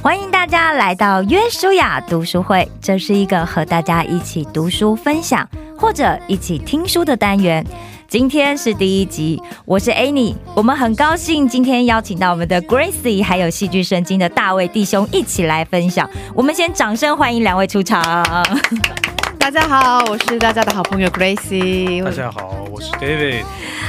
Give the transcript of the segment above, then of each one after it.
欢迎大家来到约书亚读书会，这是一个和大家一起读书分享或者一起听书的单元。今天是第一集，我是 Annie，我们很高兴今天邀请到我们的 Gracie 还有戏剧圣经的大卫弟兄一起来分享。我们先掌声欢迎两位出场。大家好，我是大家的好朋友嗯 Gracie。大家好，我是 David。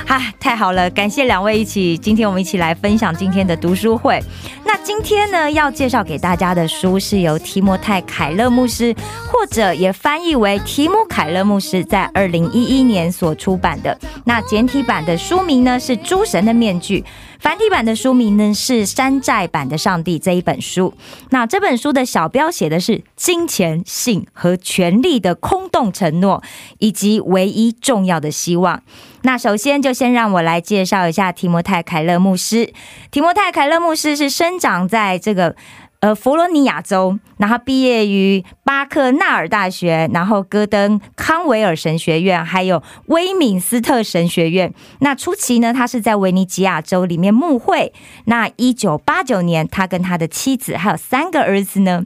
啊，太好了！感谢两位一起，今天我们一起来分享今天的读书会。那今天呢，要介绍给大家的书是由提摩太·凯勒牧师，或者也翻译为提姆·凯勒牧师，在二零一一年所出版的。那简体版的书名呢是《诸神的面具》，繁体版的书名呢是《山寨版的上帝》这一本书。那这本书的小标写的是“金钱、性和权力的空洞承诺，以及唯一重要的希望”。那首先就先让我来介绍一下提摩太·凯勒牧师。提摩太·凯勒牧师是生长在这个呃佛罗尼亚州，然后毕业于巴克纳尔大学，然后戈登康维尔神学院，还有威敏斯特神学院。那初期呢，他是在维尼吉亚州里面牧会。那一九八九年，他跟他的妻子还有三个儿子呢。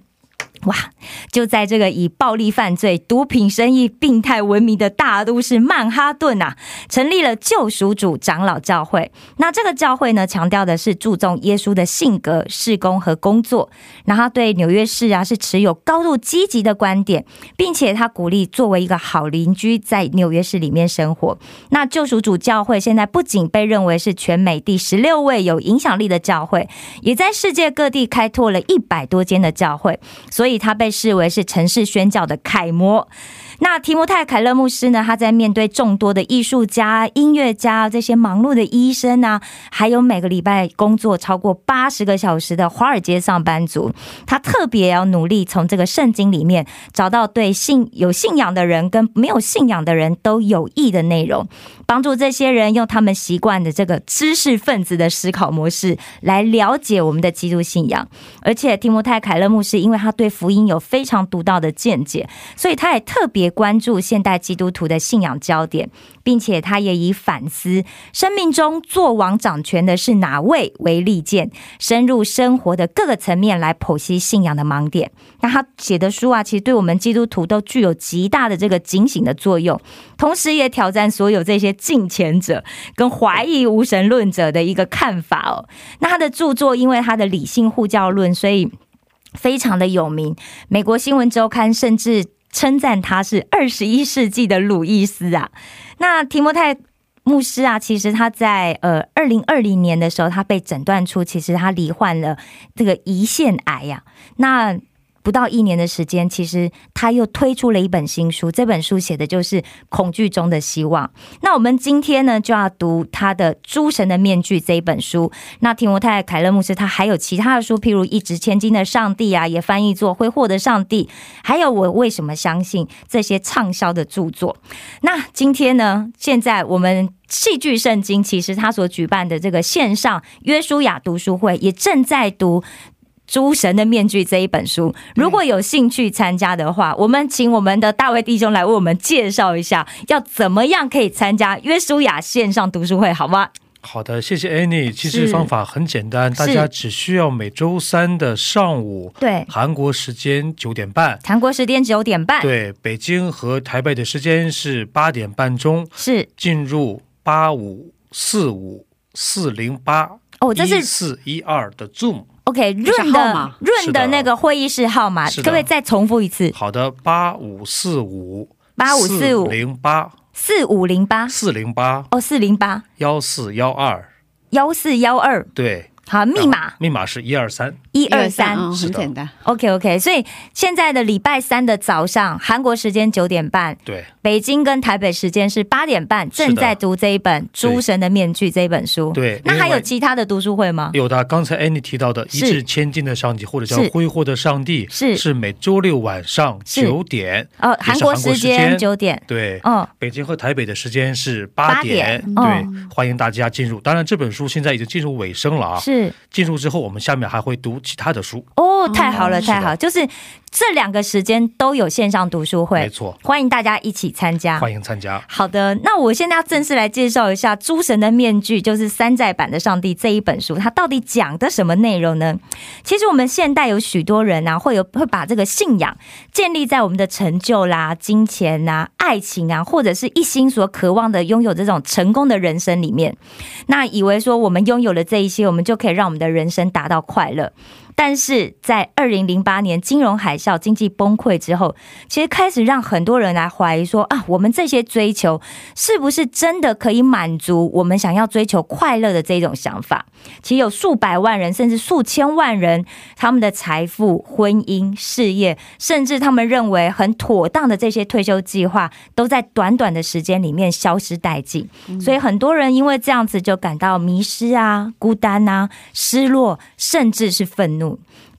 哇！就在这个以暴力犯罪、毒品生意、病态闻名的大都市曼哈顿啊，成立了救赎主长老教会。那这个教会呢，强调的是注重耶稣的性格、事工和工作，然后对纽约市啊是持有高度积极的观点，并且他鼓励作为一个好邻居在纽约市里面生活。那救赎主教会现在不仅被认为是全美第十六位有影响力的教会，也在世界各地开拓了一百多间的教会，所以它被视为是城市宣教的楷模。那提摩太·凯勒牧师呢？他在面对众多的艺术家、音乐家这些忙碌的医生啊，还有每个礼拜工作超过八十个小时的华尔街上班族，他特别要努力从这个圣经里面找到对信有信仰的人跟没有信仰的人都有益的内容，帮助这些人用他们习惯的这个知识分子的思考模式来了解我们的基督信仰。而且提摩太·凯勒牧师，因为他对福音有非常独到的见解，所以他也特别。也关注现代基督徒的信仰焦点，并且他也以反思生命中做王掌权的是哪位为利剑，深入生活的各个层面来剖析信仰的盲点。那他写的书啊，其实对我们基督徒都具有极大的这个警醒的作用，同时也挑战所有这些进前者跟怀疑无神论者的一个看法哦。那他的著作，因为他的理性护教论，所以非常的有名。美国新闻周刊甚至。称赞他是二十一世纪的鲁伊斯啊！那提摩太牧师啊，其实他在呃二零二零年的时候，他被诊断出其实他罹患了这个胰腺癌呀、啊。那不到一年的时间，其实他又推出了一本新书，这本书写的就是恐惧中的希望。那我们今天呢，就要读他的《诸神的面具》这一本书。那提摩太·凯勒牧师他还有其他的书，譬如《一掷千金的上帝》啊，也翻译作《挥霍的上帝》，还有《我为什么相信》这些畅销的著作。那今天呢，现在我们。戏剧圣经其实他所举办的这个线上约书亚读书会，也正在读。《诸神的面具》这一本书，如果有兴趣参加的话，我们请我们的大卫弟兄来为我们介绍一下，要怎么样可以参加约书亚线上读书会，好吗？好的，谢谢 Annie。其实方法很简单，大家只需要每周三的上午，对，韩国时间九点半，韩国时间九点半，对，北京和台北的时间是八点半钟，是进入八五四五四零八哦，这是四一二的 Zoom。 OK，润的润的那个会议室号码，可不可以再重复一次？好的，八五四五八五四五零八四五零八四零八哦，四零八幺四幺二幺四幺二对。好，密码密码是一二三哦一二三，嗯嗯很简单。 OK OK，所以现在的礼拜三的早上，韩国时间九点半，对，北京跟台北时间是八点半，正在读这一本《诸神的面具》这一本书。对，那还有其他的读书会吗？有的，刚才 Annie 提到的《一掷千金的上帝》或者叫《挥霍的上帝》，是是每周六晚上九点，哦，韩国时间九点，对，嗯，北京和台北的时间是八点，嗯对，欢迎大家进入。当然，这本书现在已经进入尾声了啊，是。嗯进入之后，我们下面还会读其他的书。哦，太好了，太好！就是这两个时间都有线上读书没会，啊错，欢迎大家一起参加。欢迎参加。好的，那我现在要正式来介绍一下《诸神的面具》，就是山寨版的《上帝》这一本书，它到底讲的什么内容呢？其实我们现代有许多人啊，会有会把这个信仰建立在我们的成就啦、金钱啦、爱情啊，或者是一心所渴望的拥有这种成功的人生里面。那以为说我们拥有了这一些，我们就可以让我们的人生达到快乐。但是在二零零八年金融海啸、经济崩溃之后，其实开始让很多人来怀疑说啊，我们这些追求是不是真的可以满足我们想要追求快乐的这种想法？其实有数百万人，甚至数千万人，他们的财富、婚姻、事业，甚至他们认为很妥当的这些退休计划，都在短短的时间里面消失殆尽。所以很多人因为这样子就感到迷失啊、孤单啊、失落，甚至是愤怒。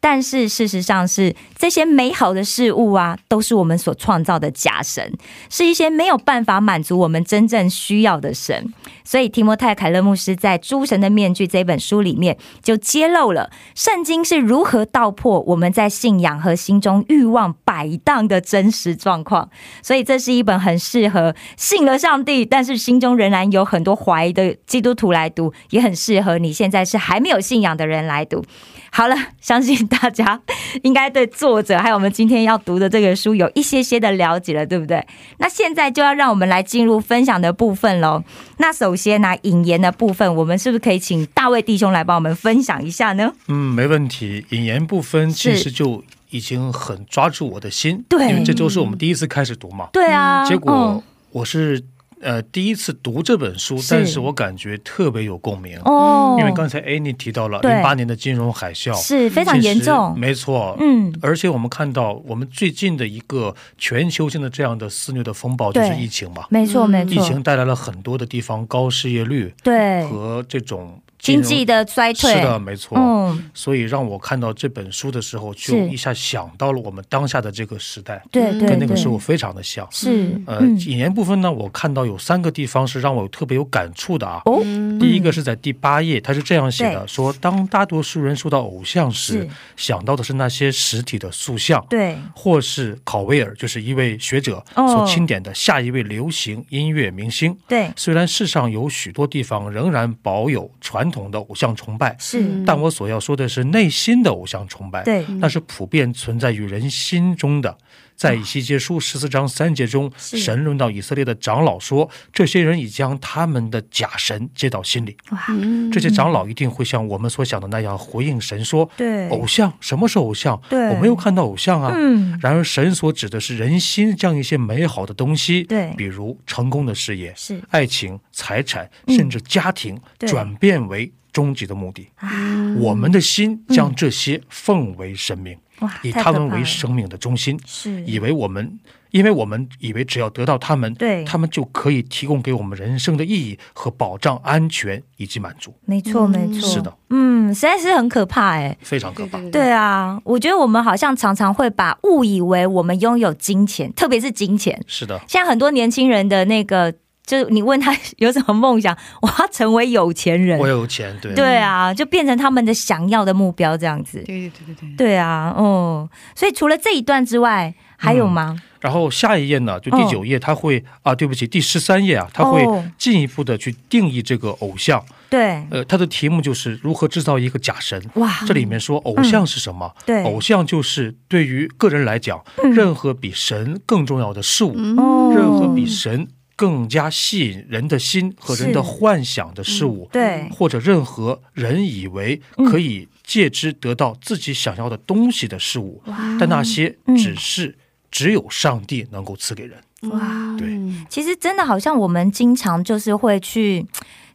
但是事实上是，这些美好的事物啊，都是我们所创造的假神，是一些没有办法满足我们真正需要的神。所以，提摩太·凯勒牧师在《诸神的面具》这本书里面就揭露了圣经是如何道破我们在信仰和心中欲望摆荡的真实状况。所以，这是一本很适合信了上帝，但是心中仍然有很多怀疑的基督徒来读，也很适合你现在是还没有信仰的人来读。好了，相信大家应该对作者还有我们今天要读的这个书有一些些的了解了，对不对？那现在就要让我们来进入分享的部分喽。那首先呢、引言的部分，我们是不是可以请大卫弟兄来帮我们分享一下呢？嗯，没问题。引言部分其是实就已经很抓住我的心，对因为这周是我们第一次开始读嘛。对啊，结果嗯我是呃第一次读这本书，是但是我感觉特别有共鸣，哦，因为刚才 Annie 提到了对零八年的金融海啸，是非常其实严重，没错。嗯，而且我们看到，我们最近的一个全球性的这样的肆虐的风暴就是对疫情嘛，没错嗯没疫错情，带来了很多的地方高失业率对，和这种金经融济的衰退，是的，没错。嗯，所以让我看到这本书的时候，就是一下想到了我们当下的这个时代，对对跟对，跟那个时候非常的像。是呃，嗯引言部分呢，我看到有三个地方是让我特别有感触的啊。哦第一个是在第八页，它是这样写的：对说，当大多数人说到偶像时是，想到的是那些实体的塑像，对，或是考威尔，就是一位学者哦所钦点的下一位流行音乐明星。对，虽然世上有许多地方仍然保有传统的偶像崇拜，是，但我所要说的是内心的偶像崇拜。对，那是普遍存在于人心中的。在以西结书十四章三节中，啊是神论到以色列的长老说，这些人已将他们的假神接到心里。哇，嗯这些长老一定会像我们所想的那样回应神说：“对，偶像什么是偶像？嗯对哦我没有看到偶像啊。嗯，然而，神所指的是人心这样一些美好的东西，对比如成功的事业、是爱情、财产，嗯甚至家庭，对转变为终极的目的。啊，我们的心将这些奉为神明。哇，以太他可们怕为了，生命的中心，是，以为我们，因为我们以为只要得到他们，对他们就可以提供给我们人生的意义和保障安全以及满足，没错，嗯没错，是的，嗯，实在是很可怕哎、非常可怕。对啊，我觉得我们好像常常会把误以为我们拥有金钱，特别是金钱。是的，现在很多年轻人的那个，就是你问他 有什么梦想，我要成为有钱人我。有钱，对，对啊，就变成他们的想要的目标这样子。对对对对对啊，哦，所以除了这一段之外，还嗯有吗？然后下一页呢，就第九页，他会、啊，对不起，第十三页啊，他会哦进一步的去定义这个偶像。对，呃，它的题目就是如何制造一个假神。哇，这里面说偶像是什么？嗯对，嗯偶像就是对于个人来讲，任何比神更重要的事嗯物。哦任何比神更加吸引人的心和人的是幻想的事物，对嗯或者任何人以为可以借之得到自己想要的东西的事物，但那些只是只有上帝能够赐给人。哇对其实真的好像我们经常就是会去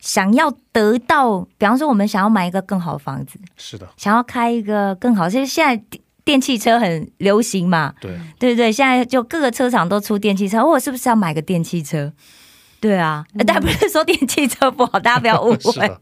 想要得到，比方说我们想要买一个更好的房子，是的，想要开一个更好，其实现在电电汽车很流行嘛， 对，对不对？现在就各个车厂都出电汽车，我是不是要买个电汽车？对啊，呃但不是说电汽车不好，大家不要误 是啊会的，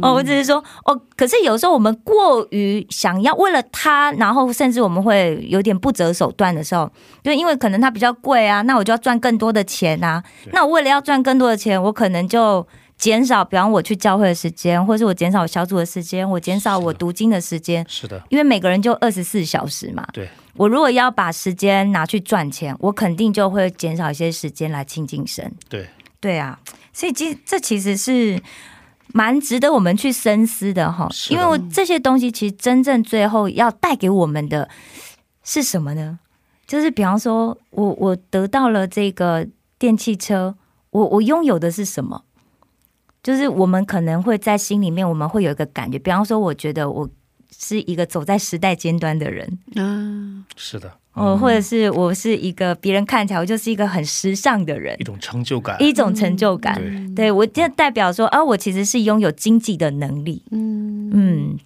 哦。我只是说，哦，可是有时候我们过于想要为了它，然后甚至我们会有点不择手段的时候，就因为可能它比较贵啊，那我就要赚更多的钱啊对。那我为了要赚更多的钱，我可能就减少，比方我去教会的时间，或是我减少我小组的时间，我减少我读经的时间，是的，因为每个人就二十四小时嘛。对，我如果要把时间拿去赚钱，我肯定就会减少一些时间来亲近神。对，对啊，所以其这其实是蛮值得我们去深思的哈，是因的为我这些东西其实真正最后要带给我们的是什么呢？就是比方说我我得到了这个电汽车，我我拥有的是什么？就是我们可能会在心里面，我们会有一个感觉，比方说，我觉得我是一个走在时代尖端的人，嗯，是的，哦，或者是我是一个别人看起来我就是一个很时尚的人一，种成就感，一种成就感。对，对我这代表说，啊，我其实是拥有经济的能力，嗯，嗯，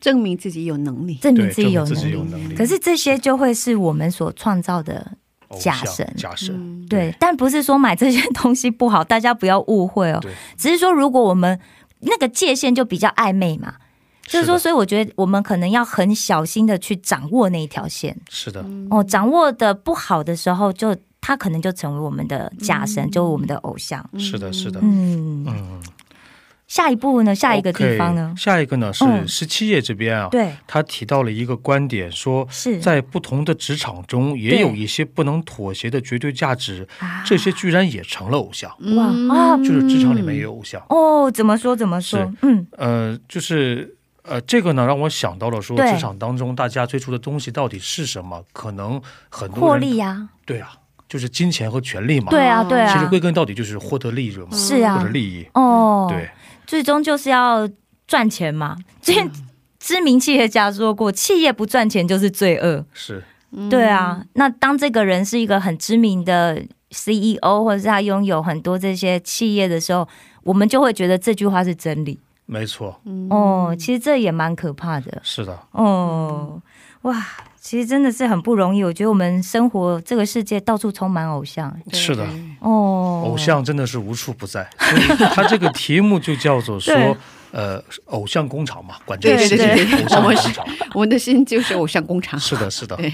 证明自己有能力。证明对，自己有证明自能己力有。能力，可是这些就会是我们所创造的，偶假像神假神，嗯对。但不是说买这些东西不好，大家不要误会哦。对，只是说，如果我们那个界限就比较暧昧嘛，就是说，的所以我觉得我们可能要很小心的去掌握那一条线是的，哦。掌握的不好的时候就，它可能就成为我们的假神，就我们的偶像。是的，是的，嗯，嗯，下一步呢？下一个地方呢 OK，下一个呢嗯是十七页这边啊，对，他提到了一个观点，说是在不同的职场中，也对有一些不能妥协的绝对价值，啊这些居然也成了偶像，哇啊就是职场里面也有偶像。哦，怎么说怎么说是？嗯，呃，就是呃，这个呢让我想到了说，对职场当中大家追逐的东西到底是什么？可能很多获人利呀、对啊，就是金钱和权利嘛。对啊，对其实啊归，根到底就是获得利润嘛，是获啊得，利益。哦，对，最终就是要赚钱嘛。之嗯前知名企业家说过，企业不赚钱就是罪恶。是嗯对啊，那当这个人是一个很知名的 CEO，或者是他拥有很多这些企业的时候，我们就会觉得这句话是真理。没错，哦，其实这也蛮可怕的。是的，哦，哇，其实真的是很不容易。我觉得我们生活这个世界到处充满偶像。对是的。嗯哦，偶像真的是无处不在，所以他这个题目就叫做对说，呃，偶像工厂嘛，管这个对世界对偶像工厂，我们的心就是偶像工厂。是的，是的，对，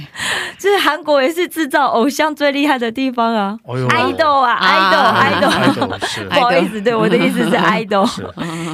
就是韩国也是制造偶像最厉害的地方啊，哎呦，爱豆啊，爱豆，爱爱豆。豆是 不好意思，对我的意 思是爱豆，是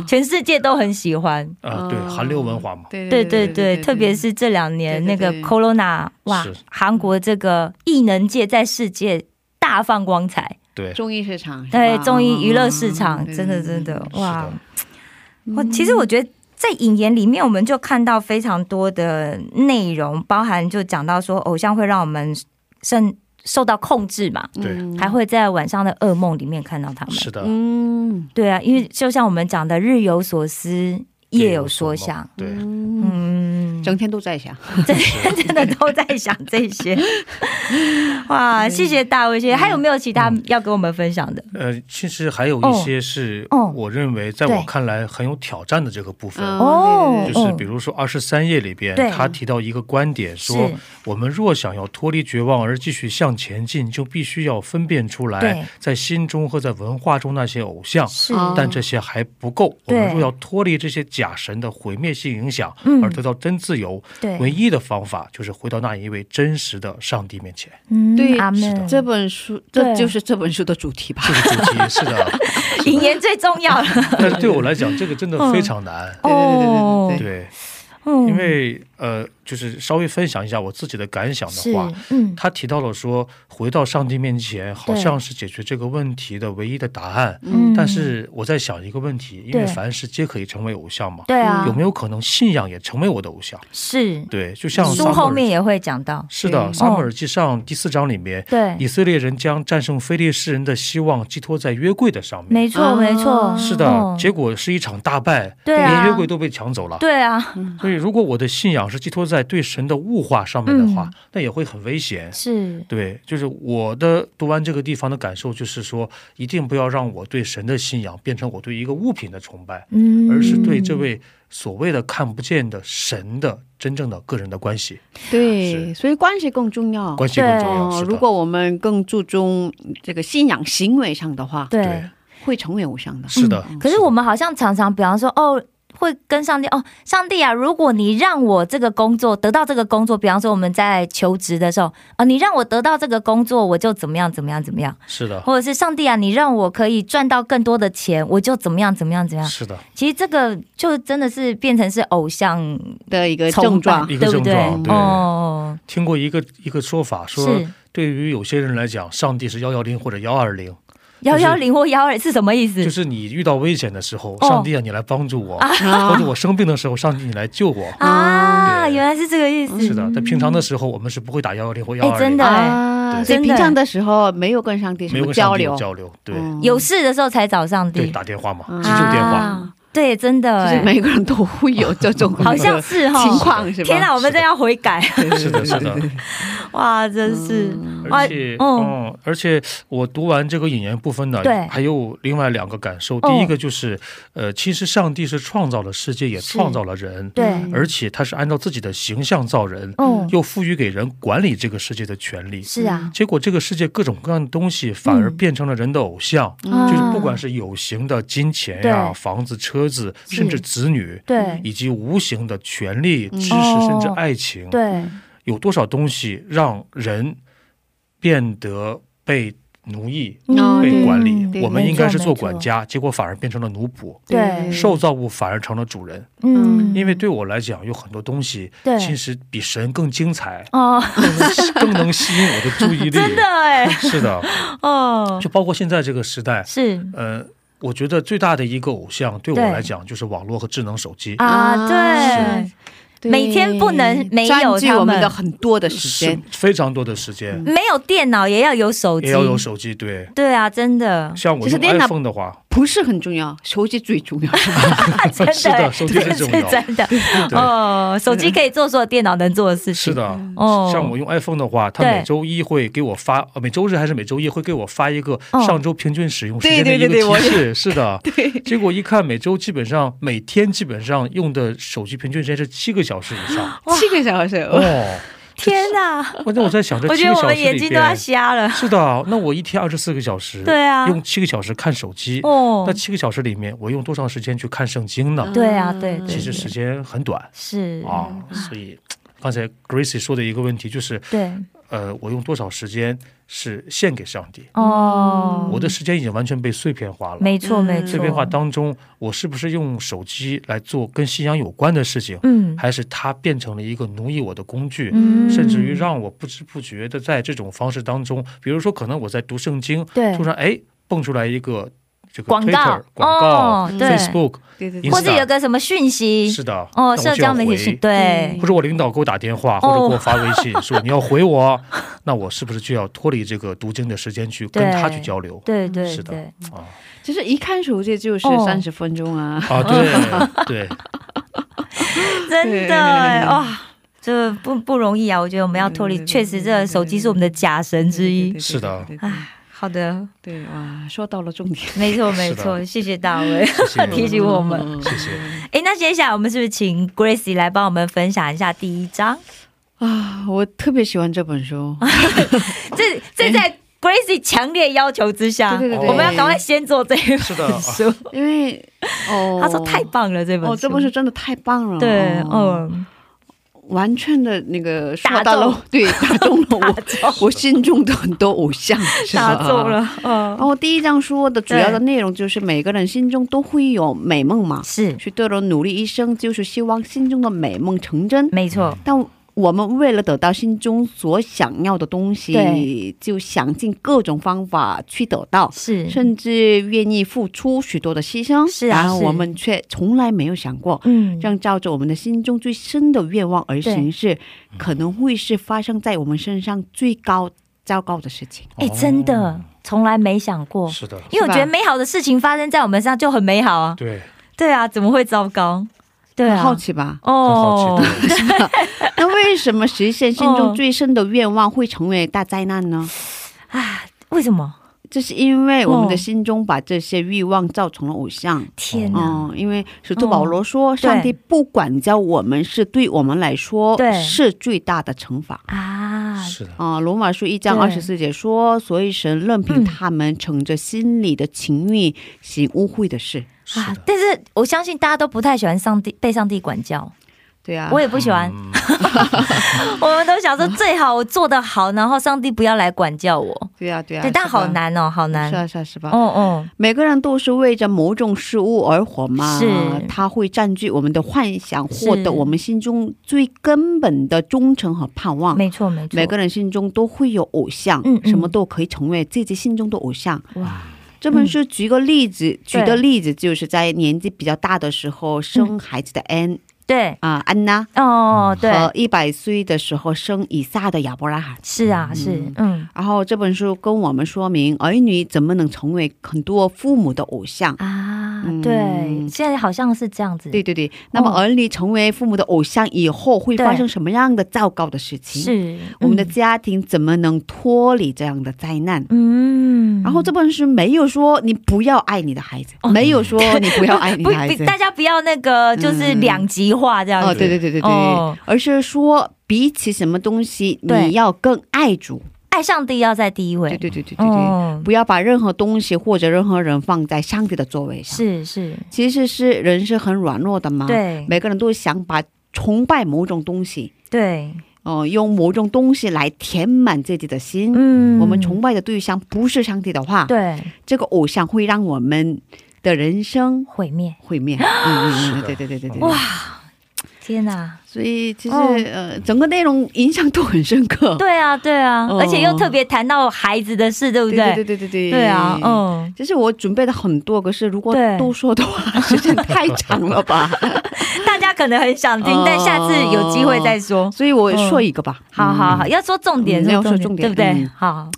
全世界都很喜欢。啊，对，韩流文化嘛，对嗯对对对，特别是这两年那对个对对 Corona，哇是，韩国这个艺能界在世界大放光彩，对，综艺市场，对综嗯艺娱乐市场，真的真的哇，嗯我其实我觉得。在引言里面，我们就看到非常多的内容，包含就讲到说，偶像会让我们甚受到控制嘛，对，还会在晚上的噩梦里面看到他们。是的，嗯，对啊，因为就像我们讲的，日有所思，夜有所想。对，嗯，整天都在想， 真的真的都在想这些。 嗯哇，谢谢大卫，谢谢。还有没有其他要跟我们分享的？呃，其实还有哦一些是哦我认为在对我看来很有挑战的这个部分，哦就是比如说二十三页里边对，他提到一个观点说是，我们若想要脱离绝望而继续向前进，就必须要分辨出对来，在心中和在文化中那些偶像。是哦但这些还不够，我对们若要脱离这些假神的毁灭性影响嗯而得到真自由，唯对，一的方法就是回到那一位真实的上帝面 前。嗯对阿是门的。这本书对这就是这本书的主题吧？这个主题是的， 引言最重要了。但是对我来讲，这个真的非常难。对对对对对对，哦嗯因为呃，就是稍微分享一下我自己的感想是的话，嗯，他提到了说，回到上帝面前，好像是解决这个问题的唯一的答案。嗯但是我在想一个问题，因为对凡事皆可以成为偶像嘛，对啊有，没有可能信仰也成为我的偶像？是对，就像书撒母后耳面也会讲到。嗯是的，《撒母耳记上》第四章里面，对，以色列人将战胜非利士人的希望寄托在约柜的上面。没错啊没错，是的，嗯结果是一场大败，对啊连约柜都被抢走了。对啊，所以，如果我的信仰是寄托在对神的物化上面的话，嗯那也会很危险。是对，就是我的读完这个地方的感受，就是说，一定不要让我对神的信仰变成我对一个物品的崇拜，嗯而是对这位所谓的看不见的神的真正的个人的关系，对，所以关系更重要。关系更重要。哦是，的如果我们更注重这个信仰行为上的话，对对会成为偶像的。是的，可是我们好像常常，比方说，哦，会跟上帝哦，上帝啊，如果你让我这个工作得到这个工作，比方说我们在求职的时候啊、你让我得到这个工作，我就怎么样怎么样怎么样，是的，或者是上帝啊，你让我可以赚到更多的钱，我就怎么样怎么样怎么样。是的，其实这个就真的是变成是偶像的一个崇症拜状，一对个不症状对哦，听过一个一个说法，说是对于有些人来讲，上帝是幺幺零或者幺二零，幺幺零或幺二哎是什么意思？就是你遇到危险的时候，哦上帝啊，你来帮助我；或 啊者我生病的时候，上帝你来救我。啊，对原来是这个意思。是的，在平常的时候，我们是不会打幺幺零或幺哎二真零的，啊，所以真的平常的时候没有跟上帝什没有么跟上帝流有，交流，对嗯有事的时候才找上对，帝，打电话嘛，嗯急救电话。啊对，真的就是哎，每个人都会有这 种好像是哈。情况是吧？天哪，我们真要悔改，是的，是的，哇，真是嗯哇而且，嗯嗯，而且我读完这个引言部分呢对，还有另外两个感受。哦第一个就是，呃，其实上帝是创造了世界，也是创造了人，对，而且他是按照自己的形象造人，嗯，又赋予给人管理这个世界的权利。是啊，结果，这个世界各种各样的东西反而变成了人的偶像，嗯就是不管是有形的金钱呀、对房子、车子，是甚至子女，对以及无形的权利、嗯知识，哦甚至爱情，对，有多少东西让人变得被奴役、哦对被管嗯理？对我们没应该错是没做错管家，结果反而变成了奴仆，对受造物反而成了主人。嗯，因为对我来讲，有很多东西对，其实比神更精彩 哦，更能更能吸引我的注意力。 真的哎，是 的，哦，就包括现在这个时代，是呃，我觉得最大的一个偶像对我对来讲就是网络和智能手机，啊，对是，对每天不能没有占据他们我们的很多的时是间，非常多的时间，没有电脑也要有手嗯机，也要有手机。对，对啊，真的，像我就是用电脑 iPhone 的话，不是很重要，手机最重要。 真的是的手机这很是重要真的对，哦，手机可以做所有电脑能做的事情，是的。哦，像我用 iPhone 的话，它对每周一会给我发，呃每周日还是每周一会给我发一个哦上周平均使用时对间的对一个对对我提示。是 的，对，结果一看，每周基本上每天基本上用的手机平均时间是七个小时以上。哇七个小时，哦，天哪，我那我在想这 我七觉个得我小时们眼里睛都要边，瞎了，是的，那我一天二十四个小时，对啊，用七个小时看手机，哦那，七个小时里面，我用多长时间去看圣经呢？对啊对对其实时间很短是啊，所以刚才 Gracie 说的一个问题就是，对，呃，我用多少时间是献给上帝？哦，我的时间已经完全被碎片化了。没错嗯没错，碎片化当中，我是不是用手机来做跟信仰有关的事情，嗯还是它变成了一个奴役我的工具？嗯，甚至于让我不知不觉的在这种方式当中，比如说，可能我在读圣经，对突然哎蹦出来一个这个广告 Twitter 广告、哦嗯对 Facebook，对对对或对，者有个什么讯息，是的，哦，那我社就要交媒体回嗯是对或者我领导给我打电话，或者给我发微哦信、说你要回我，那我是不是就要脱离这个读经的时间去跟他去交流？对对是的对，啊就是一看手机就是哦三十分钟啊，啊，对 对，真对的哎哇。这不不容易啊！我觉得我们要脱离，对对对确实，这手机是我们的假神之一。是的对对对对对哎，好的，对哇，说到了重点，没错没是的错，谢谢大卫谢谢 提醒我们。嗯谢谢。哎，那接下来我们是不是请 Gracie 来帮我们分享一下第一章？啊，我特别喜欢这本书，这这在 Gracie 强烈要求之下，对对对我们要赶快先做这一是的本书。因为哦，他说太棒了，这本哦，这本书真的太棒了，对，哦，嗯，完全的那个说打到中了，对，打中了打我中我心中的很多偶像，是吧哦打中。了，嗯然，后第一章说的主要的内容就是每个人心中都会有美梦嘛，是许多人努力一生就是希望心中的美梦成真，没错，但我们为了得到心中所想要的对东西，就想尽各种方法去得到，是甚至愿意付出许多的牺牲。是啊然而是我们却从来没有想过，嗯这样照着我们的心中最深的愿望而行事，可能会是发生在我们身上最高糟糕的事情。哎、真的从来没想过，是的，因为我觉得美好的事情发生在我们身上就很美好啊。对，对啊，怎么会糟糕？对很啊，好 奇吧？哦很好奇，对那为什么实现心哦中最深的愿望会成为大灾难呢？为什么？这是因为我们哦的心中把这些欲望造成了偶像。天哪！嗯，因为使徒保罗说，哦对上帝不管教我们是对我们来说对是最大的惩罚。啊，是的，啊，罗马书一章二十四节说，所以神任嗯凭他们乘着心里的情欲行污秽的事。是啊的，！但是我相信大家都不太喜欢上帝被上帝管教，对啊， 我也不喜欢。嗯我们都想说最好我做得好，然后上帝不要来管教我。对啊，对啊，对，但是吧好，难哦，好难是。啊，是啊，是吧？哦哦，每个人都是为着某种事物而活嘛，是它会占据我们的幻想，是获得我们心中最根本的忠诚和盼望。没错没错。哦每个人心中都会有偶像，嗯嗯什么都可以成为自己心中的偶像。哇，嗯这本书举个例子，举的对例子就是在年纪比较大的时候生孩子的安对啊、安娜哦嗯对，和一百岁的时候生以撒的亚伯拉罕。是啊是嗯然后这本书跟我们说明儿女怎么能成为很多父母的偶像。啊对，现在好像是这样子。嗯对对对，那么哦儿女成为父母的偶像以后，会对发生什么样的糟糕的事情？是我们的嗯家庭怎么能脱离这样的灾难？嗯，然后这本书没有说你不要爱你的孩子，没有 说你不要爱你不的孩不，子，大家不要那个就是嗯两极化这样哦，子。对对对对对，哦而是说比起什么东西，对你要更爱主。爱上帝要在第一位。对对对对对对，哦，不要把任何东西或者任何人放在上帝的座位上。是是，其实是人是很软弱的嘛，对每个人都想把崇拜某种东西，对，哦、用某种东西来填满自己的心。嗯我们崇拜的对象不是上帝的话，对这个偶像会让我们的人生毁灭。毁灭。嗯嗯是嗯，的对对对对对。哇，天哪！所以其实、哦呃，整个内容影响都很深刻。对啊，对啊，哦而且又特别谈到孩子的事，对不对对对对对对对啊，。嗯，其实我准备了很多，可是如果对都说的话，时间太长了 吧，大家可能很想哦听，但下次有机会再说。所以我说一个吧。嗯好好好，要说重点，嗯要说重对点不对嗯？好，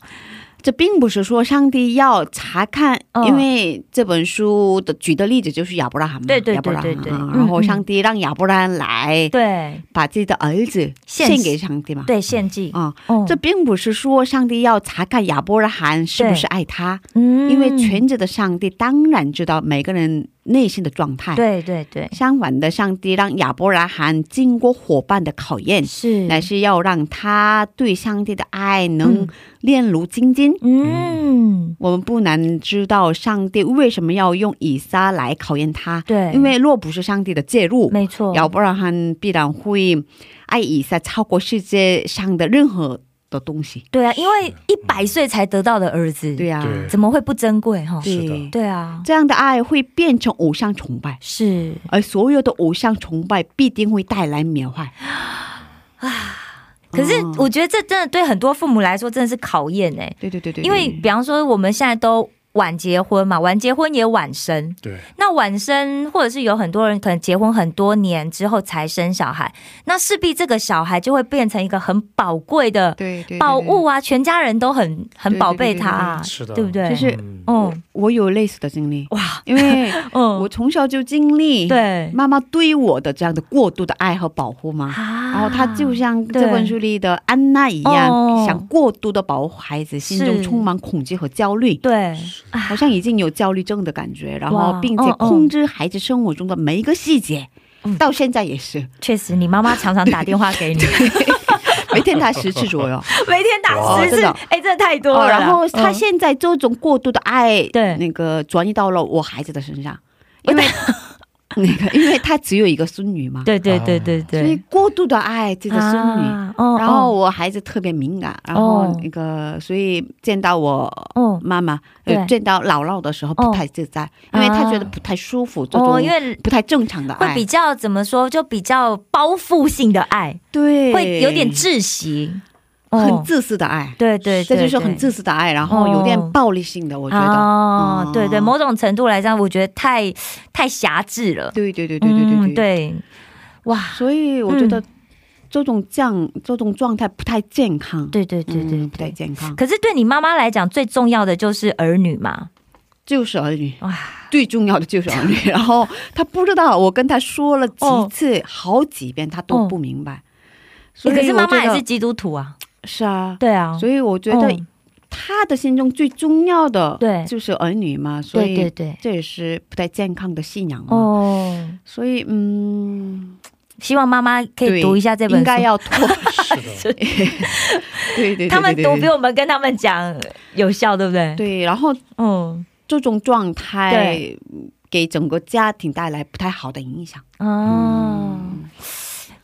这并不是说上帝要查看，嗯因为这本书的举的例子就是亚伯拉罕嘛，对对对亚伯拉罕对对对啊嗯然后上帝让亚伯拉罕来对把自己的儿子献献给上帝嘛，对，献祭，啊、哦这并不是说上帝要查看亚伯拉罕是不是爱他，嗯因为全职的上帝当然知道每个人内心的状态。对对对相反的，上帝让亚伯拉罕经过伙伴的考验，是，乃是要让他对上帝的爱能嗯炼如金金。嗯，我们不难知道上帝为什么要用以撒来考验他，对，因为若不是上帝的介入，没错，要不然他必然会爱以撒超过世界上的任何的东西。对啊，因为一百岁才得到的儿子，对呀、对怎么会不珍贵哈？是的对，对啊，这样的爱会变成偶像崇拜，是而所有的偶像崇拜必定会带来缅怀。啊可是哦我觉得这真的对很多父母来说真的是考验哎、对对对对，因为比方说我们现在都晚结婚嘛，晚结婚也晚生，对，那晚生或者是有很多人可能结婚很多年之后才生小孩，那势必这个小孩就会变成一个很宝贵的对对宝物，啊，全家人都很很宝贝它、啊，是的，对不对？就是嗯嗯，我有类似的 经历，哇，因为嗯，我从小就经历对妈妈对我的这样的过度的爱和保护嘛。啊然后她就像对这本书里的安娜一样，哦想过度的保护孩子，心中充满恐惧和焦虑，对好像已经有焦虑症的感觉，然后哇并且哦哦控制孩子生活中的每一个细节，嗯到现在也是确实，你妈妈常常打电话给你，每天打十次左右。 每天打哇十次真的，哎、真的太多哦，了啦。然后他嗯现在这种过度的爱，对哦那个转移到了我孩子的身上，因为那个，因为他只有一个孙女嘛，嗯对对对对对，所以过度的爱自己的孙女。啊哦、然后我孩子特别敏感，然后那个，所以见到我哦妈妈，对呃见到姥姥的时候不太自在，因为他觉得不太舒服，这种哦，因为不太正常的会爱，比较怎么说，就比较包覆性的爱，对，会有点窒息，哦很自私的爱，对对对，这就是很自私的爱，然后有点暴力性的，我我觉得，哦嗯，对对，某种程度来讲，我觉得太太狭制了，对对对对对对嗯对，哇，所以我嗯觉得这种这样这种状态不太健康，对对对对嗯不太对。健康，可是对你妈妈来讲，最重要的就是儿女嘛，就是儿女哇，最重要的就是儿女。 然后他不知道，我跟他说了几次，好几遍，他都不明白。所以哦可是妈妈我觉也得是基督徒啊，是啊，对啊，所以我觉得嗯他的心中最重要的对就是儿女嘛，所对哦对以对，嗯这也是不太健康的信仰嘛。哦，所以嗯，希望妈妈可以对读一下这本书。应该要脱，是的， 对对对，他们对读对比我们跟他们讲有效，对不对？，对，然后嗯这种状态对给整个家庭带来不太好的影响。哦，嗯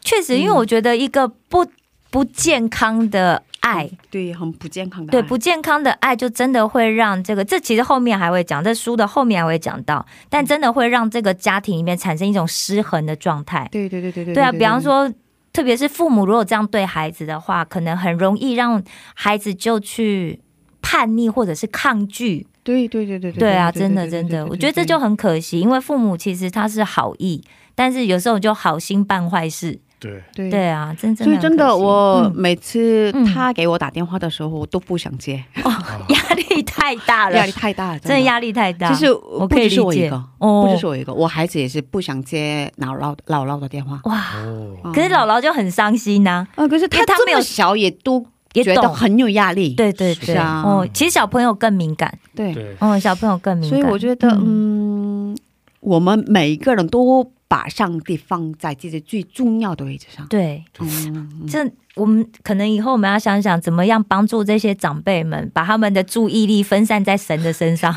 确实，因为我觉得一个不不健康的爱，对，很不健康的。对不？健康的爱，就真的会让这个，这其实后面还会讲，这书的后面还会讲到，嗯但真的会让这个家庭里面产生一种失衡的状态。对对对对对。对啊，比方，说，特别是父母如果这样对孩子的话，可能很容易让孩子就去叛逆或者是抗拒。对对对对对。对啊，对真的对真对的，对我对觉得这对就很可惜，因为父母其实他是好意，但是有时候就好心办坏事。 对，对。对啊，真真所以真的，很可惜我嗯每次嗯他给我打电话的时候，我都不想接，啊 压力太大了，压力太大了， 真的压力太大。就是我我可以不只是理我解一个，哦不只是我一个，我孩子也是不想接姥姥姥姥的电话。哇，哦，嗯可是姥姥就很伤心呐、啊，可是因为他他没这有么小也都也觉得懂。很有压力，对对是对，啊哦，其实小朋友更敏感，对对，嗯，小朋友更敏所感，以我觉得，嗯，我们每一个人都把上帝放在自己最重要的位置上。对， 嗯，这我们可能以后我们要想想，怎么样帮助这些长辈们，把他们的注意力分散在神的身上。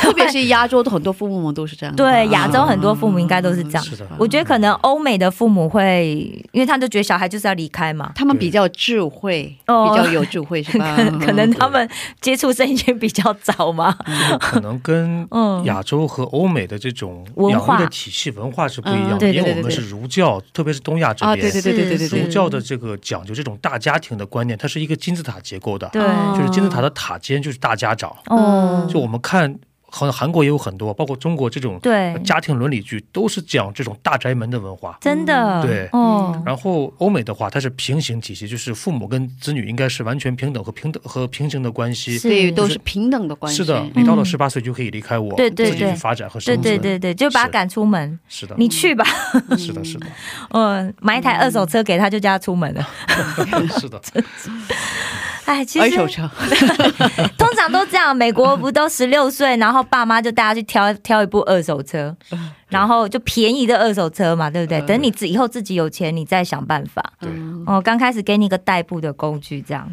特别是亚洲的很多父母们都是这样的。嗯对，亚洲很多父母应该都是这样。是的，我觉得可能欧美的父母会，因为他就觉得小孩就是要离开嘛，他们比较智慧，哦比 较有智慧，是嗯吧？嗯可能他们接触圣经比较早嘛。这个可能跟嗯，亚洲和欧美的这种文养育化的体系文化是不一嗯样的，对因对为对我对们是儒教，特别是东亚这啊，对边，对对对对对是对，儒教的这个讲究这种大家庭的观念，它是一个金字塔结构的，对，啊就是金字塔的塔尖就是大家长。哦，哦就我们看，好像韩国也有很多，包括中国这种呃对，家庭伦理剧，都是讲这种大宅门的文化。真的，对哦，然后欧美的话，它是平行体系，就是父母跟子女应该是完全平等和平等和平行的关系。是所以都是平等的关系。是的，你到了嗯十八岁就可以离开我，对对自己对去发展和生对存。对对对，就把他是赶出门，是的，你去吧，是的，是的，嗯，买一台二手车给他，就叫他出门了。 是的，哎，其二实 手车，通常都这样，美国不都十六岁，然后爸妈就带他去挑挑一部二手车，嗯然后就便宜的二手车嘛，对不对？嗯等你自以后自己有钱，你再想办法。对嗯哦，刚开始给你一个代步的工具，这样。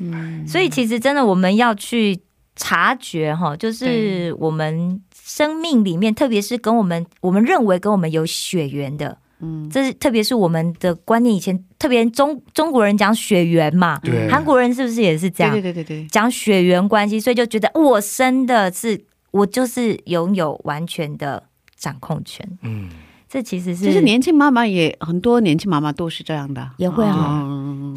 嗯所以其实真的我们要去察觉哈，就是对我们生命里面，特别是跟我们我们认为跟我们有血缘的，嗯，这是特别是我们的观念以前，特别中中国人讲血缘嘛，对韩国人是不是也是这样对？对对对对，讲血缘关系，所以就觉得我生的是我就是拥有完全的掌控权。嗯，这其实是其实年轻妈妈也很多，年轻妈妈都是这样的，也会啊嗯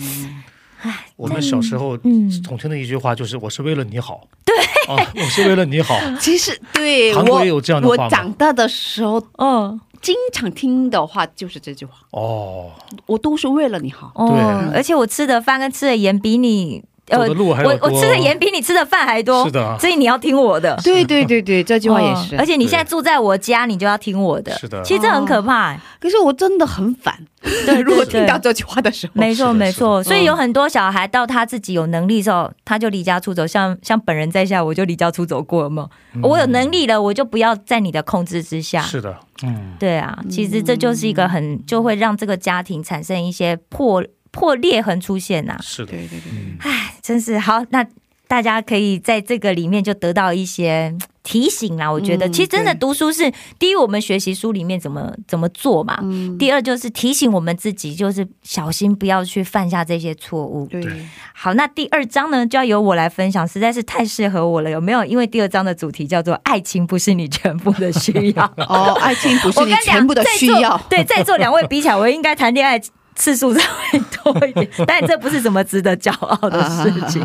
我们小时候嗯统称的一句话就是“我是为了你好”，对，啊，我是为了你好。 其实对韩国也有这样的我话我长吗？大的时候，哦经常听的话就是这句话，哦，我都是为了你好。哦对，而且我吃的饭跟吃的盐比你走的路还要呃我我多吃的盐比你吃的饭还多，是的所以你要听我的。对对对对，这句话也是。啊哦而且你现在住在我家，你就要听我的。是的哦其实这很可怕、欸可是我真的很烦， 对，嗯如果对对听到这句话的时候，没是错，的没是的错，所以有嗯很多小孩到他自己有能力之后，他就离家出走。像像本人在下，我就离家出走过嘛。我有能力了，我就不要在你的控制之下。嗯是的，嗯，对啊，其实这就是嗯一个很就会让这个家庭产生一些破破裂痕出现啊呐、是的，对对对，嗯，真是好，那大家可以在这个里面就得到一些嗯提醒啦。我觉得，嗯其实真的对读书是第一，我们学习书里面怎么怎么做嘛。嗯，第二就是提醒我们自己，就是小心不要去犯下这些错误。对对好，那第二章呢，就要由我来分享，实在是太适合我了，有没有？因为第二章的主题叫做“爱情不是你全部的需要”，哦，爱情不是我你跟全部的需要，对，在座两位比起来，我应该谈恋爱次数稍微多 一点，但这不是什么值得骄傲的事情。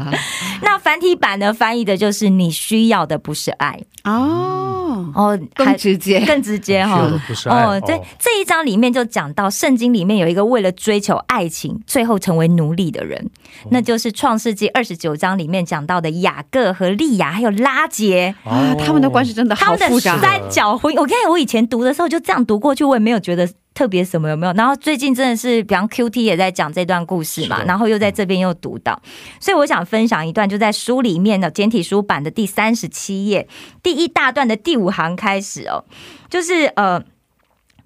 那繁体版呢，翻译的就是“你需要的不是爱哦”，，哦，更直接，更直接需哈、要的不是爱哦，对，这一章里面就讲到，圣经里面有一个为了追求爱情，最后成为奴隶的人，哦那就是创世纪二十九章里面讲到的雅各和利亚，还有拉杰。哦啊，他们的关系系真的他好们复的杂是，三角婚姻，我看我以前读的时候就这样读过去，我也没有觉得特别什么，有没有？然后最近真的是，比方 QT 也在讲这段故事嘛是，的然后又在这边又读到，所以我想分享一段，就在书里面的简体书版的第三十七页第一大段的第五行开始哦，就是呃。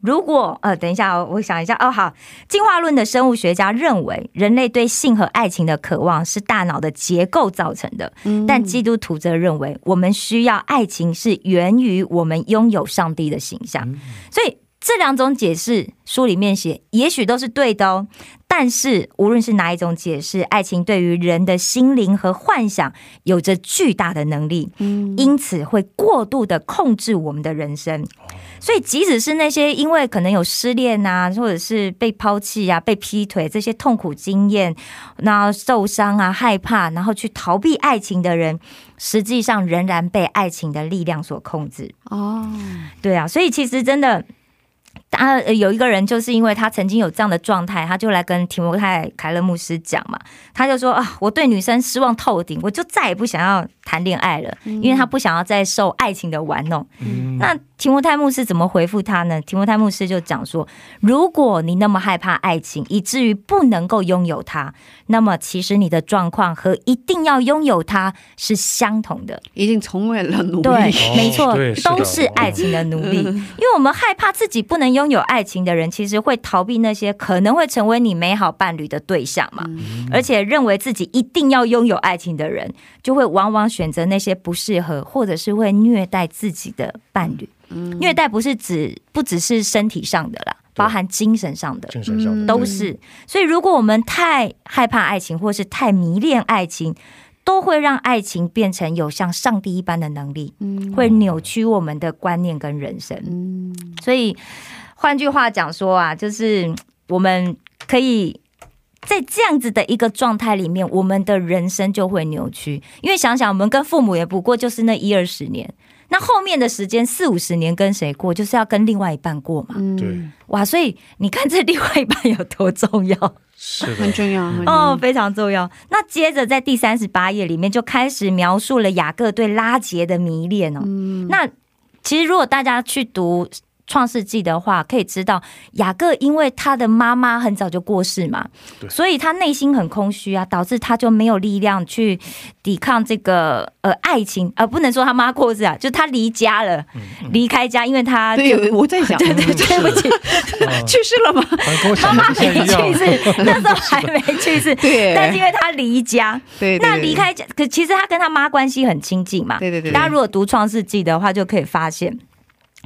如果呃，等一下哦，我想一下哦，好，进化论的生物学家认为，人类对性和爱情的渴望是大脑的结构造成的，但基督徒则认为，我们需要爱情是源于我们拥有上帝的形象，所以。这两种解释，书里面写，也许都是对的哦。但是，无论是哪一种解释，爱情对于人的心灵和幻想有着巨大的能力，因此会过度的控制我们的人生。所以，即使是那些因为可能有失恋啊，或者是被抛弃啊、被劈腿这些痛苦经验，那受伤啊、害怕，然后去逃避爱情的人，实际上仍然被爱情的力量所控制。哦，对啊，所以其实真的。他呃有一个人，就是因为他曾经有这样的状态，他就来跟提摩太·凯勒牧师讲嘛，他就说啊，我对女生失望透顶，我就再也不想要谈恋爱了，因为他不想要再受爱情的玩弄。嗯那提摩太牧师怎么回复他呢？提摩太牧师就讲说，如果你那么害怕爱情，以至于不能够拥有它，那么其实你的状况和一定要拥有它是相同的。已经成为了奴对隶。，没错哦对，是的嗯都是爱情的奴隶。因为我们害怕自己不能拥有爱情的人，其实会逃避那些可能会成为你美好伴侣的对象嘛。嗯而且认为自己一定要拥有爱情的人，就会往往选择那些不适合或者是会虐待自己的伴侣。嗯虐待不是指不只是身体上的啦，包含精神上的。精神上的嗯都是。所以，如果我们太害怕爱情，或是太迷恋爱情，都会让爱情变成有像上帝一般的能力，会扭曲我们的观念跟人生。嗯，所以，换句话讲说啊，就是嗯我们可以。在这样子的一个状态里面，我们的人生就会扭曲。因为想想，我们跟父母也不过就是那一二十年，那后面的时间四五十年跟谁过，就是要跟另外一半过嘛。嗯对，哇，所以你看这另外一半有多重要是的，很重要。很重要哦，，非常重要。那接着在第三十八页里面就开始描述了雅各对拉杰的迷恋哦。嗯那其实如果大家去读。创世纪的话，可以知道雅各因为他的妈妈很早就过世嘛，对所以他内心很空虚啊，导致他就没有力量去抵抗这个呃爱情，呃不能说他妈过世啊，就他离家了，嗯离开家，因为他就对，我在 想，对对对不起，啊 去世了吗？好像跟我妈妈想的不太没一去样。世，那时候还没去世， 对但是因为他离家，对，对那离，开家，可其实他跟他妈关系很亲近嘛。对对对对，大家如果读《创世纪》的话，就可以发现，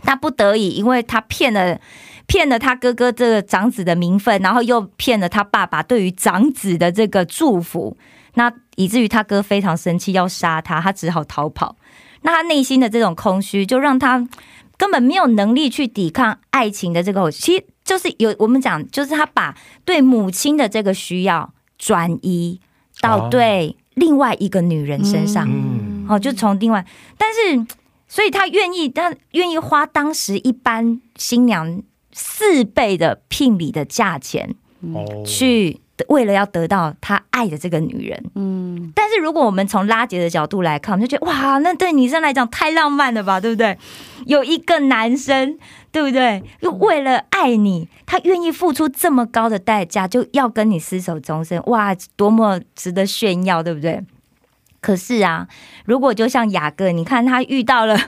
他不得已，因为他骗了骗了他哥哥这个长子的名分，然后又骗了他爸爸对于长子的这个祝福，那以至于他哥非常生气，要杀他，他只好逃跑。那他内心的这种空虚，就让他根本没有能力去抵抗爱情的这个，其实就是有我们讲，就是他把对母亲的这个需要转移到哦对另外一个女人身上。嗯，哦，就从另外，但是，所以他愿意，他愿意花当时一般新娘四倍的聘礼的价钱，哦，嗯去为了要得到他爱的这个女人。嗯，但是如果我们从拉杰的角度来看，我们就觉得哇，那对女生来讲太浪漫了吧，对不对？有一个男生，对不对？又为了爱你，他愿意付出这么高的代价，就要跟你厮守终身，哇，多么值得炫耀，对不对？可是啊，如果就像雅各，你看他遇到了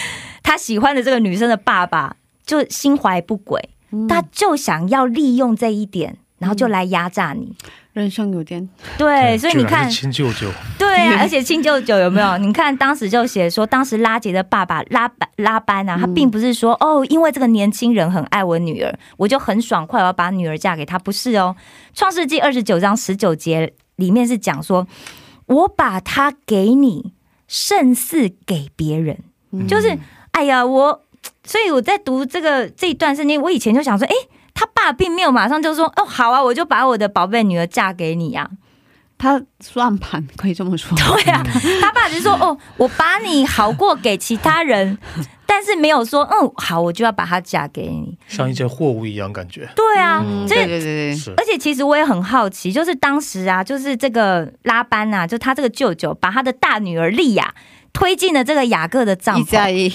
他喜欢的这个女生的爸爸，就心怀不轨，他就想要利用这一点，然后就来压榨你。人生有点，对，所以你居然看是，亲舅舅，对 啊，而且清舅舅有没有？你看当时就写说，当时拉杰的爸爸拉班拉班啊，他并不是说、哦，因为这个年轻人很爱我女儿，我就很爽快，我要把女儿嫁给他，不是哦。创世纪二十九章十九节里面是讲说，我把它给你，胜似给别人，就是嗯哎呀，我，所以我在读这个这一段圣经，我以前就想说，哎。他爸并没有马上就说哦，好啊，我就把我的宝贝女儿嫁给你啊。 他算盘可以这么说，对啊，他爸只是说哦，我把你好过给其他人，但是没有说嗯好，我就要把她嫁给你。像一件货物一样感觉。对啊，嗯所对以。对对对，是而且其实我也很好奇，就是当时啊，就是这个拉班啊，就他这个舅舅把他的大女儿莉亚推进了这个雅各的帐一加篷，一，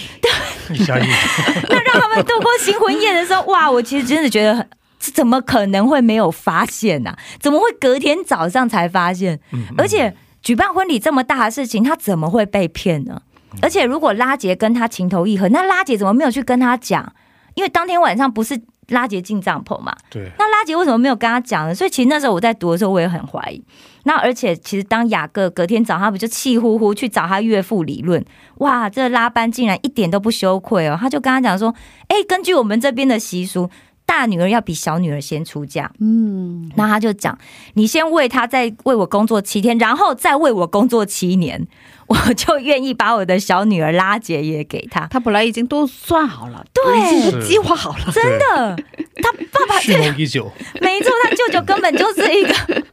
一加一， 那让他们度过新婚夜的时候，哇，我其实真的觉得很，这怎么可能会没有发现呢、啊？怎么会隔天早上才发现？嗯嗯而且举办婚礼这么大的事情，他怎么会被骗呢？而且如果拉杰跟他情投意合，那拉杰怎么没有去跟他讲？因为当天晚上不是拉杰进帐篷嘛，对，那拉杰为什么没有跟他讲呢？所以其实那时候我在读的时候，我也很怀疑。那而且其实当雅各隔天早上不就气呼呼去找他岳父理论，哇，这拉班竟然一点都不羞愧哦，他就跟他讲说，哎，根据我们这边的习俗，大女儿要比小女儿先出嫁。嗯，那他就讲，你先为他再为我工作七天，然后再为我工作七年，我就愿意把我的小女儿拉姐也给他。他本来已经都算好了，对已经都计划好了，真的，他爸爸蓄谋已久，没错，他舅舅根本就是一个，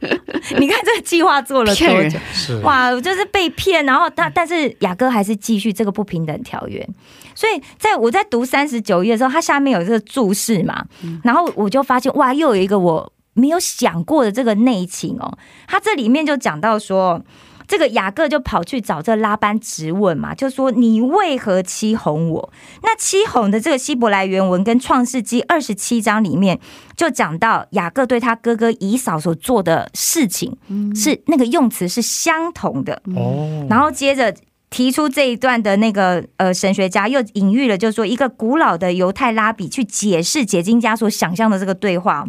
你看这个计划做了骗多久人？是，哇，就是被骗，然后他，但是雅各还是继续这个不平等条约。所以在我在读三十九页的时候，它下面有这个注释嘛，然后我就发现哇，又有一个我没有想过的这个内情哦。它这里面就讲到说，这个雅各就跑去找这拉班质问嘛，就说你为何欺哄我？那欺哄的这个希伯来原文跟创世纪二十七章里面就讲到雅各对他哥哥以扫所做的事情，是那个用词是相同的。哦，然后接着提出这一段的那个呃神学家又隐喻了，就是说一个古老的犹太拉比去解释解经家所想象的这个对话。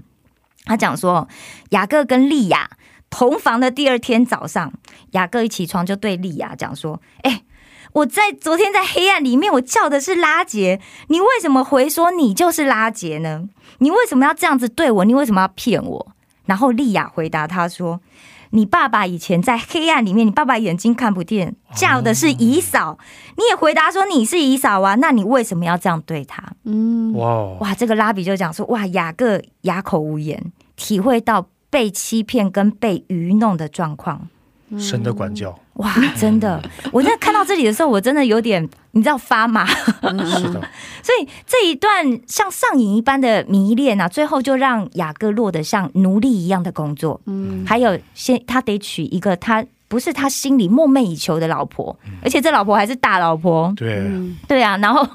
他讲说，雅各跟利亚同房的第二天早上，雅各一起床就对利亚讲说：“哎、我在昨天在黑暗里面，我叫的是拉杰，你为什么回说你就是拉杰呢？你为什么要这样子对我？你为什么要骗我？”然后利亚回答他说：“你爸爸以前在黑暗里面，你爸爸眼睛看不见，叫的是姨嫂。你也回答说你是姨嫂啊，那你为什么要这样对他？嗯，哇哦，哇，这个拉比就讲说，哇，雅各哑口无言，体会到被欺骗跟被愚弄的状况。神的管教，哇，真的，我在看到这里的时候，我真的有点，你知道发麻。嗯是的，所以这一段像上瘾一般的迷恋啊，最后就让雅各落得像奴隶一样的工作。嗯，还有先他得娶一个他不是他心里梦寐以求的老婆，而且这老婆还是大老婆。对，对啊，然后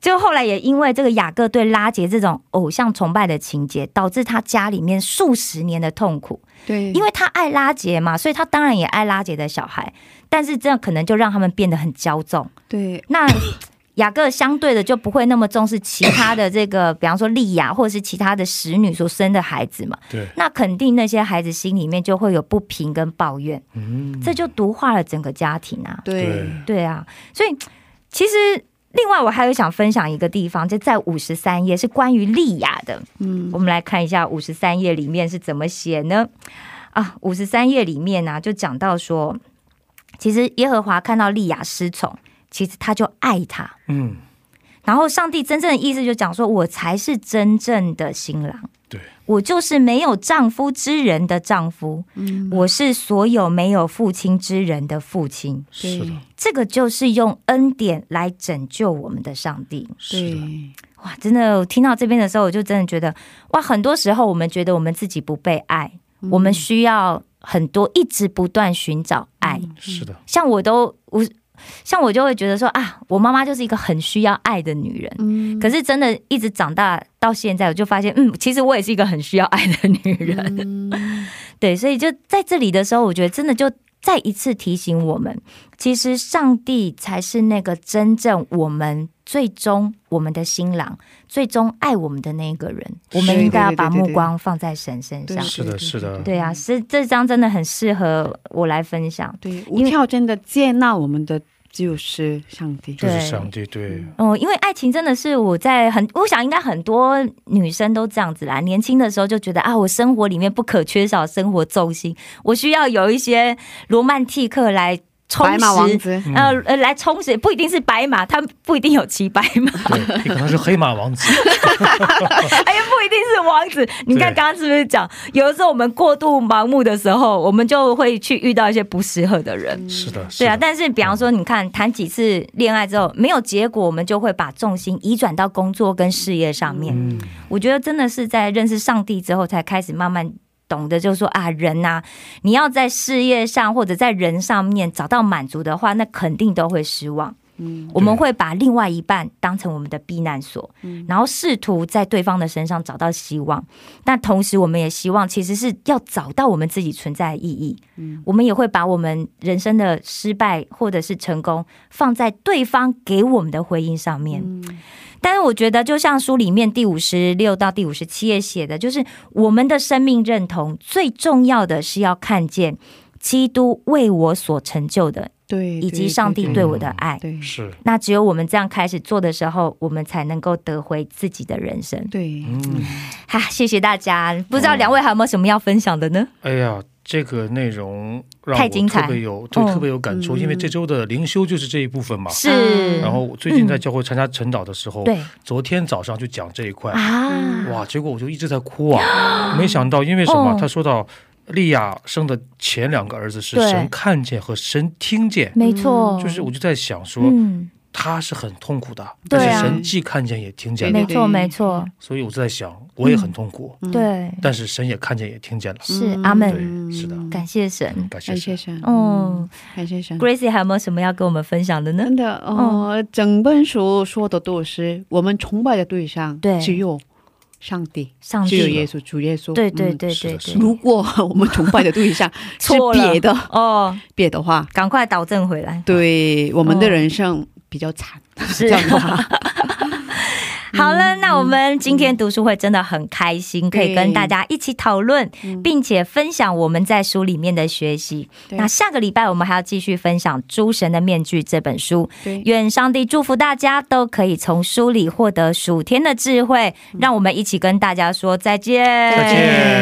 就后来也因为这个雅各对拉杰这种偶像崇拜的情节，导致他家里面数十年的痛苦。对，因为为他爱拉杰嘛，所以他当然也爱拉杰的小孩，但是这样可能就让他们变得很骄纵。对，那雅各相对的就不会那么重视其他的这 个，比方说利亚或者是其他的使女所生的孩子嘛，对，那肯定那些孩子心里面就会有不平跟抱怨，嗯，这就毒化了整个家庭啊。对，对啊，所以其实。另外，我还有想分享一个地方，就在五十三页是关于利亚的。嗯我们来看一下五十三页里面是怎么写呢？啊，五十三页里面呢、就讲到说，其实耶和华看到利亚失宠，其实他就爱他，嗯，然后上帝真正的意思就讲说，我才是真正的新郎，对，我就是没有丈夫之人的丈夫，嗯，我是所有没有父亲之人的父亲。是的，这个就是用恩典来拯救我们的上帝。是的，对，哇，真的，我听到这边的时候，我就真的觉得，哇，很多时候我们觉得我们自己不被爱，嗯我们需要很多一直不断寻找爱。是的，像我都我，像我就会觉得说啊，我妈妈就是一个很需要爱的女人。嗯，可是真的一直长大到现在，我就发现，嗯，其实我也是一个很需要爱的女人。嗯 对，所以就在这里的时候，我觉得真的就再一次提醒我们，其实上帝才是那个真正我们最终我们的新郎，最终爱我们的那个人。我们应该要把目光放在神身上对。是的，是的，对啊，是这张真的很适合我来分享。嗯对，无条件的接纳我们的就是上帝，就是对上帝，对，哦，因为爱情真的是我在很，我想应该很多女生都这样子啦。年轻的时候就觉得啊，我生活里面不可缺少生活重心，我需要有一些罗曼蒂克来充白马王实，子，嗯呃呃，来充实，不一定是白马，他不一定有骑白马， 对，你可能是黑马王子，哎呀，不一定是王子。你看对刚刚是不是讲，有的时候我们过度盲目的时候，我们就会去遇到一些不适合的人。嗯是的，嗯是对啊，的，但是比方说，你看谈几次恋爱之后没有结果，我们就会把重心移转到工作跟事业上面。嗯，我觉得真的是在认识上帝之后，才开始慢慢懂得，就是说啊，人呐、你要在事业上或者在人上面找到满足的话，那肯定都会失望。嗯我们会把另外一半当成我们的避难所，然后试图在对方的身上找到希望。但同时，我们也希望其实是要找到我们自己存在的意义。我们也会把我们人生的失败或者是成功放在对方给我们的回应上面。但是，我觉得就像书里面第五十六到第五十七页写的，就是我们的生命认同最重要的是要看见基督为我所成就的，对，以及上帝对我的爱。对是，那只有我们这样开始做的时候，我们才能够得回自己的人生。对，嗯，哈，谢谢大家。不知道两位还有没有什么要分享的呢？哎呀，这个内容让太我精彩特别有，对，嗯特别有感触，因为这周的灵修就是这一部分嘛。是，嗯然后我最近在教会参加晨祷的时候，对昨天早上就讲这一块，啊，哇，结果我就一直在哭啊，没想到因为什么哦？他说到利亚生的前两个儿子是对哦神看见和神听见，没错，就是我就在想说，嗯，他是很痛苦的，对但啊是神既看见也听见对没了，错，没错，所以我就在想，我也很痛苦，嗯，对，但是神也看见也听见了，是嗯阿门，对，是的，感谢神。感谢感谢神。神，嗯感谢神。 ，Gracie 还有没有什么要跟我们分享的呢？嗯真的，呃，整本书说的都是我们崇拜的对象，对只有上帝，上只有帝，耶稣，主耶稣。对对嗯对是对的是对，如果我们崇拜的对象是 错了别的哦，别的话，赶快导正回来。对我们的哦人生比较惨，是这样 的话。好了，那我们今天读书会真的很开心，可以跟大家一起讨论，并且分享我们在书里面的学习。对那下个礼拜我们还要继续分享《诸神的面具》这本书。对，愿上帝祝福大家都可以从书里获得属天的智慧。让我们一起跟大家说再见，再见嗯